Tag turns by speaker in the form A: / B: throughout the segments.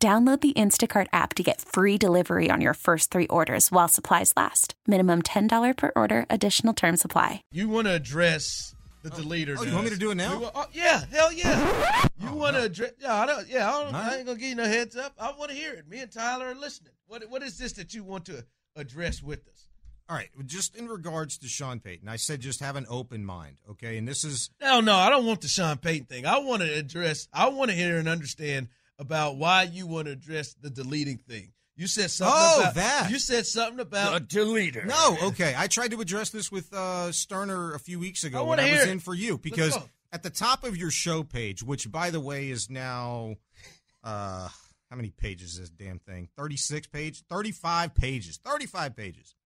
A: Download the Instacart app to get free delivery on your first three orders while supplies last. Minimum $10 per order, additional term supply.
B: You want to address the deleter?
C: Oh, you want me to do it now?
B: yeah, hell yeah. You want to address? Yeah, I don't. Yeah, I, don't, I ain't gonna give you no heads up. I want to hear it. Me and Tyler are listening. What What is this that you want to address with us?
C: All right. Just in regards to Sean Payton, I said just have an open mind, okay? And this is
B: No, no, I don't want the Sean Payton thing. I want to address. I want to hear and understand about why you want to address the deleting thing. You said something.
C: Oh,
B: about,
C: that.
B: You said something about
D: deleter.
C: no, Oh, okay. I tried to address this with uh, Sterner a few weeks
B: I
C: ago when
B: wanna
C: I was
B: hear it.
C: in for you because
B: go.
C: at the top of your show page, which by the way is now, uh, how many pages is this damn thing? Thirty six pages, thirty five pages, thirty five pages.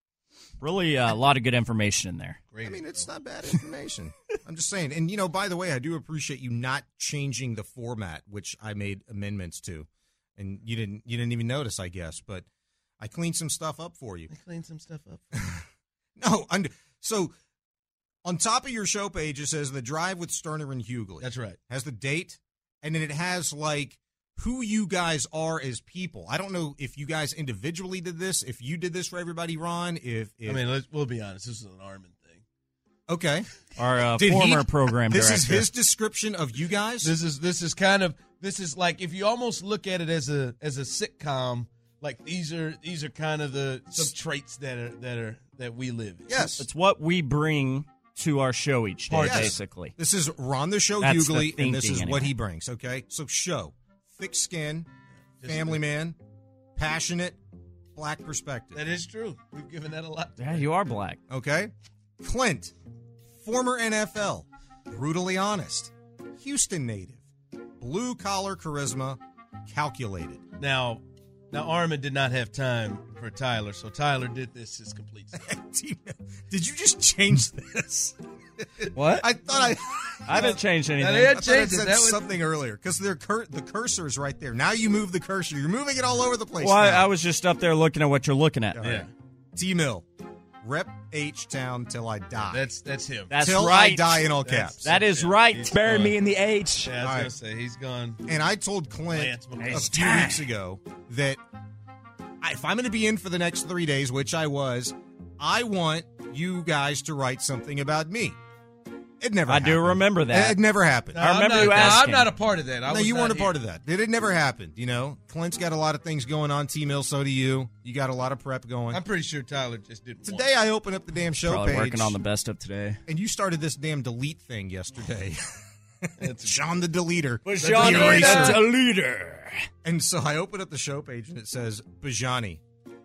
E: Really, uh, a lot of good information in there.
B: Great.
C: I mean, it's not bad information. I'm just saying. And, you know, by the way, I do appreciate you not changing the format, which I made amendments to. And you didn't you didn't even notice, I guess, but I cleaned some stuff up for you.
B: I cleaned some stuff up.
C: No, und- so on top of your show page it says the drive with Sterner and Hughley.
B: That's right.
C: Has the date and then it has like who you guys are as people. I don't know if you guys individually did this, if you did this for everybody, Ron, if, if
B: I mean, let's, we'll be honest. This is an Armin thing.
C: okay.
E: Our uh,
C: Did he-
E: former program
C: This
E: director.
C: is his description of you guys.
B: This is this is kind of this is like if you almost look at it as a as a sitcom. Like these are these are kind of the some traits that are that are that we live. In.
C: yes,
E: It's what we bring to our show each day,
C: Yes.
E: basically.
C: This is Ron the Show
E: That's the
C: Hughley, and this is
E: thinking
C: what
E: anyway.
C: he brings. Okay, so show, thick skin,
B: This is-
C: family man, passionate, black perspective.
B: That is true. We've given that a lot.
E: Yeah, you are black.
C: Okay. Clint, former NFL, brutally honest, Houston native, blue collar charisma, calculated.
B: Now, now Armin did not have time for Tyler, so Tyler did this his complete. self.
C: Did you just change this?
E: What?
C: I thought I,
E: I haven't changed anything.
B: is-
C: I thought I
B: Change it.
C: said
B: That was-
C: something earlier because cur- the cursor is right there. Now you move the cursor. You're moving it all over the place.
E: Well, I,
C: now.
E: I was just up there looking at what you're looking at.
C: All right. T Mill, rep H Town till I die.
B: That's that's him.
E: That's
C: till I
E: right.
C: die in all
B: That's-
C: caps.
E: That is right.
B: He's Bury me gone.
E: in the H.
B: yeah, I was
C: all
B: gonna
C: right.
B: say he's gone.
C: and I told Clint
B: Lance
C: a
B: McCullers.
C: few weeks ago that I- if I'm going to be in for the next three days, which I was, I want you guys to write something about me. It never.
E: I do
C: happened.
E: remember that.
C: It never happened.
E: I remember
B: I'm not,
E: you
B: no, I'm
E: asking.
B: not a part of that. I
C: no,
B: was
C: you
B: not
C: weren't a
B: here.
C: part of that. It, it never happened. You know, Clint's got a lot of things going on. T Mill, so do you. You got a lot of prep going.
B: I'm pretty sure Tyler just didn't. want
C: Today I open up the damn show
E: Probably
C: page,
E: working on the best of today.
C: and you started this damn delete thing yesterday.
B: That's-
C: Sean the deleter.
B: Johnny a
E: leader.
C: And so I open up the show page and it says Bajani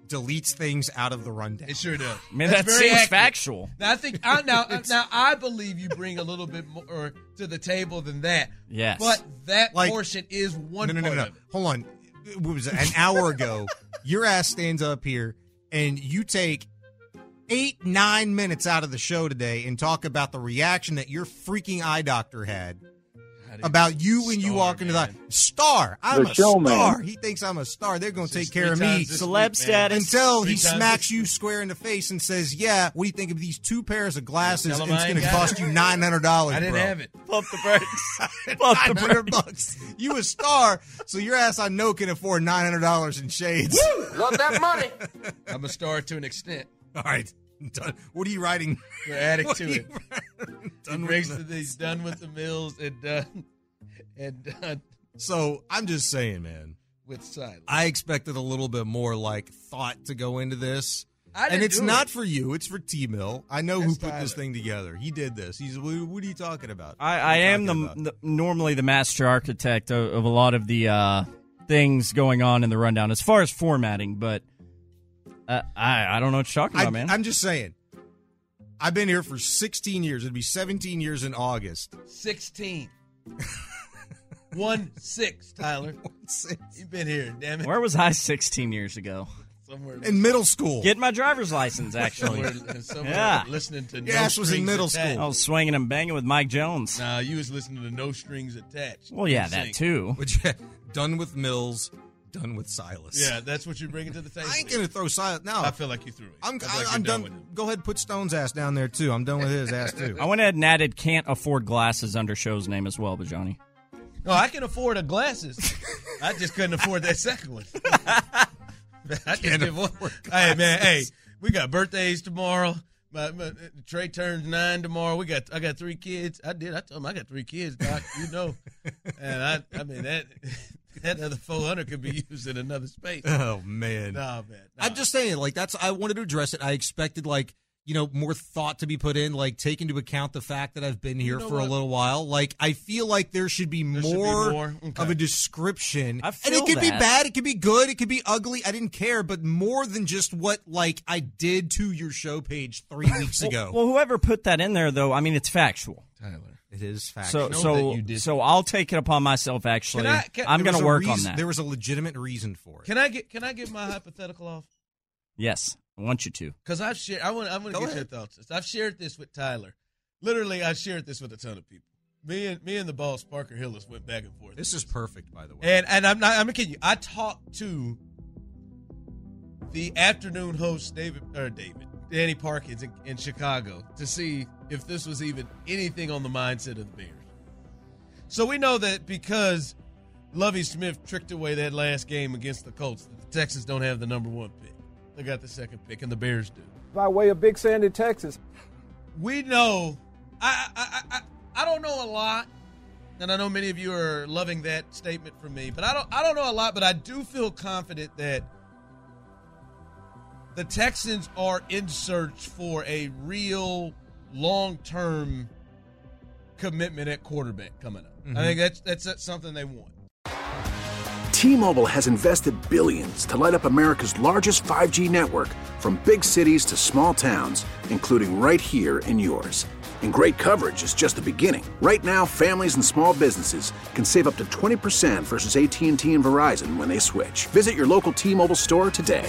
C: deletes things out of the rundown.
B: It sure does.
E: I mean,
B: That's
E: that
B: very
E: seems
B: accurate.
E: factual.
B: Now I think I, now now I believe you bring a little bit more to the table than that.
E: Yes.
B: but that
C: Like-
B: portion is one
C: no, no, no,
B: part
C: no.
B: of it.
C: Hold on. What was it? An hour ago, your ass stands up here and you take eight, nine minutes out of the show today and talk about the reaction that your freaking eye doctor had about you when you
B: Star,
C: walk into
B: man.
C: the star. I'm
F: The
C: a
F: showman.
C: star. He thinks I'm a star. They're going to
B: This is
C: take care of
B: three
C: me.
B: times this
E: Celeb
B: week, man.
E: status.
C: Until
B: Three
C: he
B: times
C: smacks
B: this
C: you
B: week.
C: square in the face and says, "Yeah, what do you think of these two pairs of glasses?
B: Tell
C: And
B: him
C: it's
B: I
C: going
B: ain't
C: to
B: got
C: cost
B: it."
C: you nine hundred dollars."
B: I didn't have it.
E: Pump the brakes. Pump the
C: Nine hundred
E: brakes.
C: bucks. You a star, so your ass I know can afford nine hundred dollars in shades.
F: Love that money.
B: I'm a star to an extent.
C: All right, done. What are you writing?
B: We're adding
C: What
B: to
C: are
B: it.
C: you writing?
B: He
C: Done with
B: brings
C: the-
B: the- he's done with the mills and done and done
C: So I'm just saying, man.
B: with silence.
C: I expected a little bit more like thought to go into this.
B: I didn't
C: and it's
B: do
C: not
B: it.
C: for you. It's for T Mill. I know who
B: That's
C: put this
B: Tyler.
C: thing together. He did this. He's. What what are you talking about?
E: I, I
C: What are you
E: am the,
C: talking about?
E: the normally the master architect of, of a lot of the uh, things going on in the rundown as far as formatting, but uh, I I don't know what you're talking
C: I,
E: about, man.
C: am just saying. I've been here for 16 years. It'd be 17 years in August.
B: Sixteen. One six, Tyler.
C: Six.
B: You've been here, damn it.
E: Where was I 16 years ago?
B: Somewhere.
C: In middle school.
E: Get my driver's license, actually.
B: somewhere, somewhere
E: Oh, Yeah.
B: listening to no
C: Your ass was in
B: Strings
C: middle
B: Attached.
E: I was swinging and banging with Mike Jones.
B: Nah, you was listening to No Strings Attached.
E: Oh. Well, yeah,
B: You
E: that
B: sing.
E: too.
C: Which done with Mills, done with Silas.
B: Yeah, that's what you're bringing to the table.
C: I ain't gonna throw Silas. No,
B: I feel like you threw it.
C: I'm,
B: I feel
C: I,
B: like you're
C: am done.
B: with it.
C: Go ahead, put Stone's ass down there too. I'm done with his ass too.
E: I went ahead and added can't afford glasses under show's name as well, Bajani.
B: No, I can afford a glasses. I just couldn't afford that second one. I can't afford. Hey man, hey, we got birthdays tomorrow. My, my, Trey turns nine tomorrow. We got I got three kids. I did. I told him I got three kids, Doc. You know, and I I mean that that other four hundred could be used in another space.
C: oh man.
B: Nah, man. Nah.
C: I'm just saying, like that's. I wanted to address it. I expected like you know more thought to be put in, like take into account the fact that I've been here
B: know
C: for
B: what?
C: a little while. Like I feel like there should be,
B: There
C: more,
B: should be more? Okay.
C: of a description,
E: I
C: and it
E: feel
C: could be
E: that.
C: bad, it could be good, it could be ugly. I didn't care, but more than just what like I did to your show page three weeks ago.
E: Well, well, whoever put that in there, though, I mean, it's factual.
B: Tyler.
C: it is
E: So,
C: factual.
B: that
E: so,
B: you did.
E: so I'll take it upon myself. Actually,
B: Can I- can-
E: I'm
C: There
E: going
C: was
E: to
C: a
E: work on
C: reason-
E: that.
C: There was a legitimate reason for it.
B: Can I get Can I get my hypothetical off?
E: yes, I want you to.
B: Because I've shared, I want, I want to
C: Go
B: get
C: ahead.
B: your thoughts. I've shared this with Tyler. Literally, I shared this with a ton of people. Me and me and the boss Parker Hillis went back and forth.
C: This is perfect, by the way.
B: and and I'm not, I'm not kidding you. I talked to the afternoon host David or David Danny Parkins in, in Chicago to see if this was even anything on the mindset of the Bears. So we know that because Lovey Smith tricked away that last game against the Colts, that the Texans don't have the number one pick. They got the second pick, and the Bears do
D: by way of Big Sandy, Texas.
B: we know. I I, I I I don't know a lot, and I know many of you are loving that statement from me. But I don't I don't know a lot, but I do feel confident that the Texans are in search for a real long term commitment at quarterback coming up. I think that's that's that's something they want.
F: T-Mobile has invested billions to light up America's largest 5G network from big cities to small towns, including right here in yours. And great coverage is just the beginning. Right now, families and small businesses can save up to 20% versus AT&T and Verizon when they switch. Visit your local T-Mobile store today.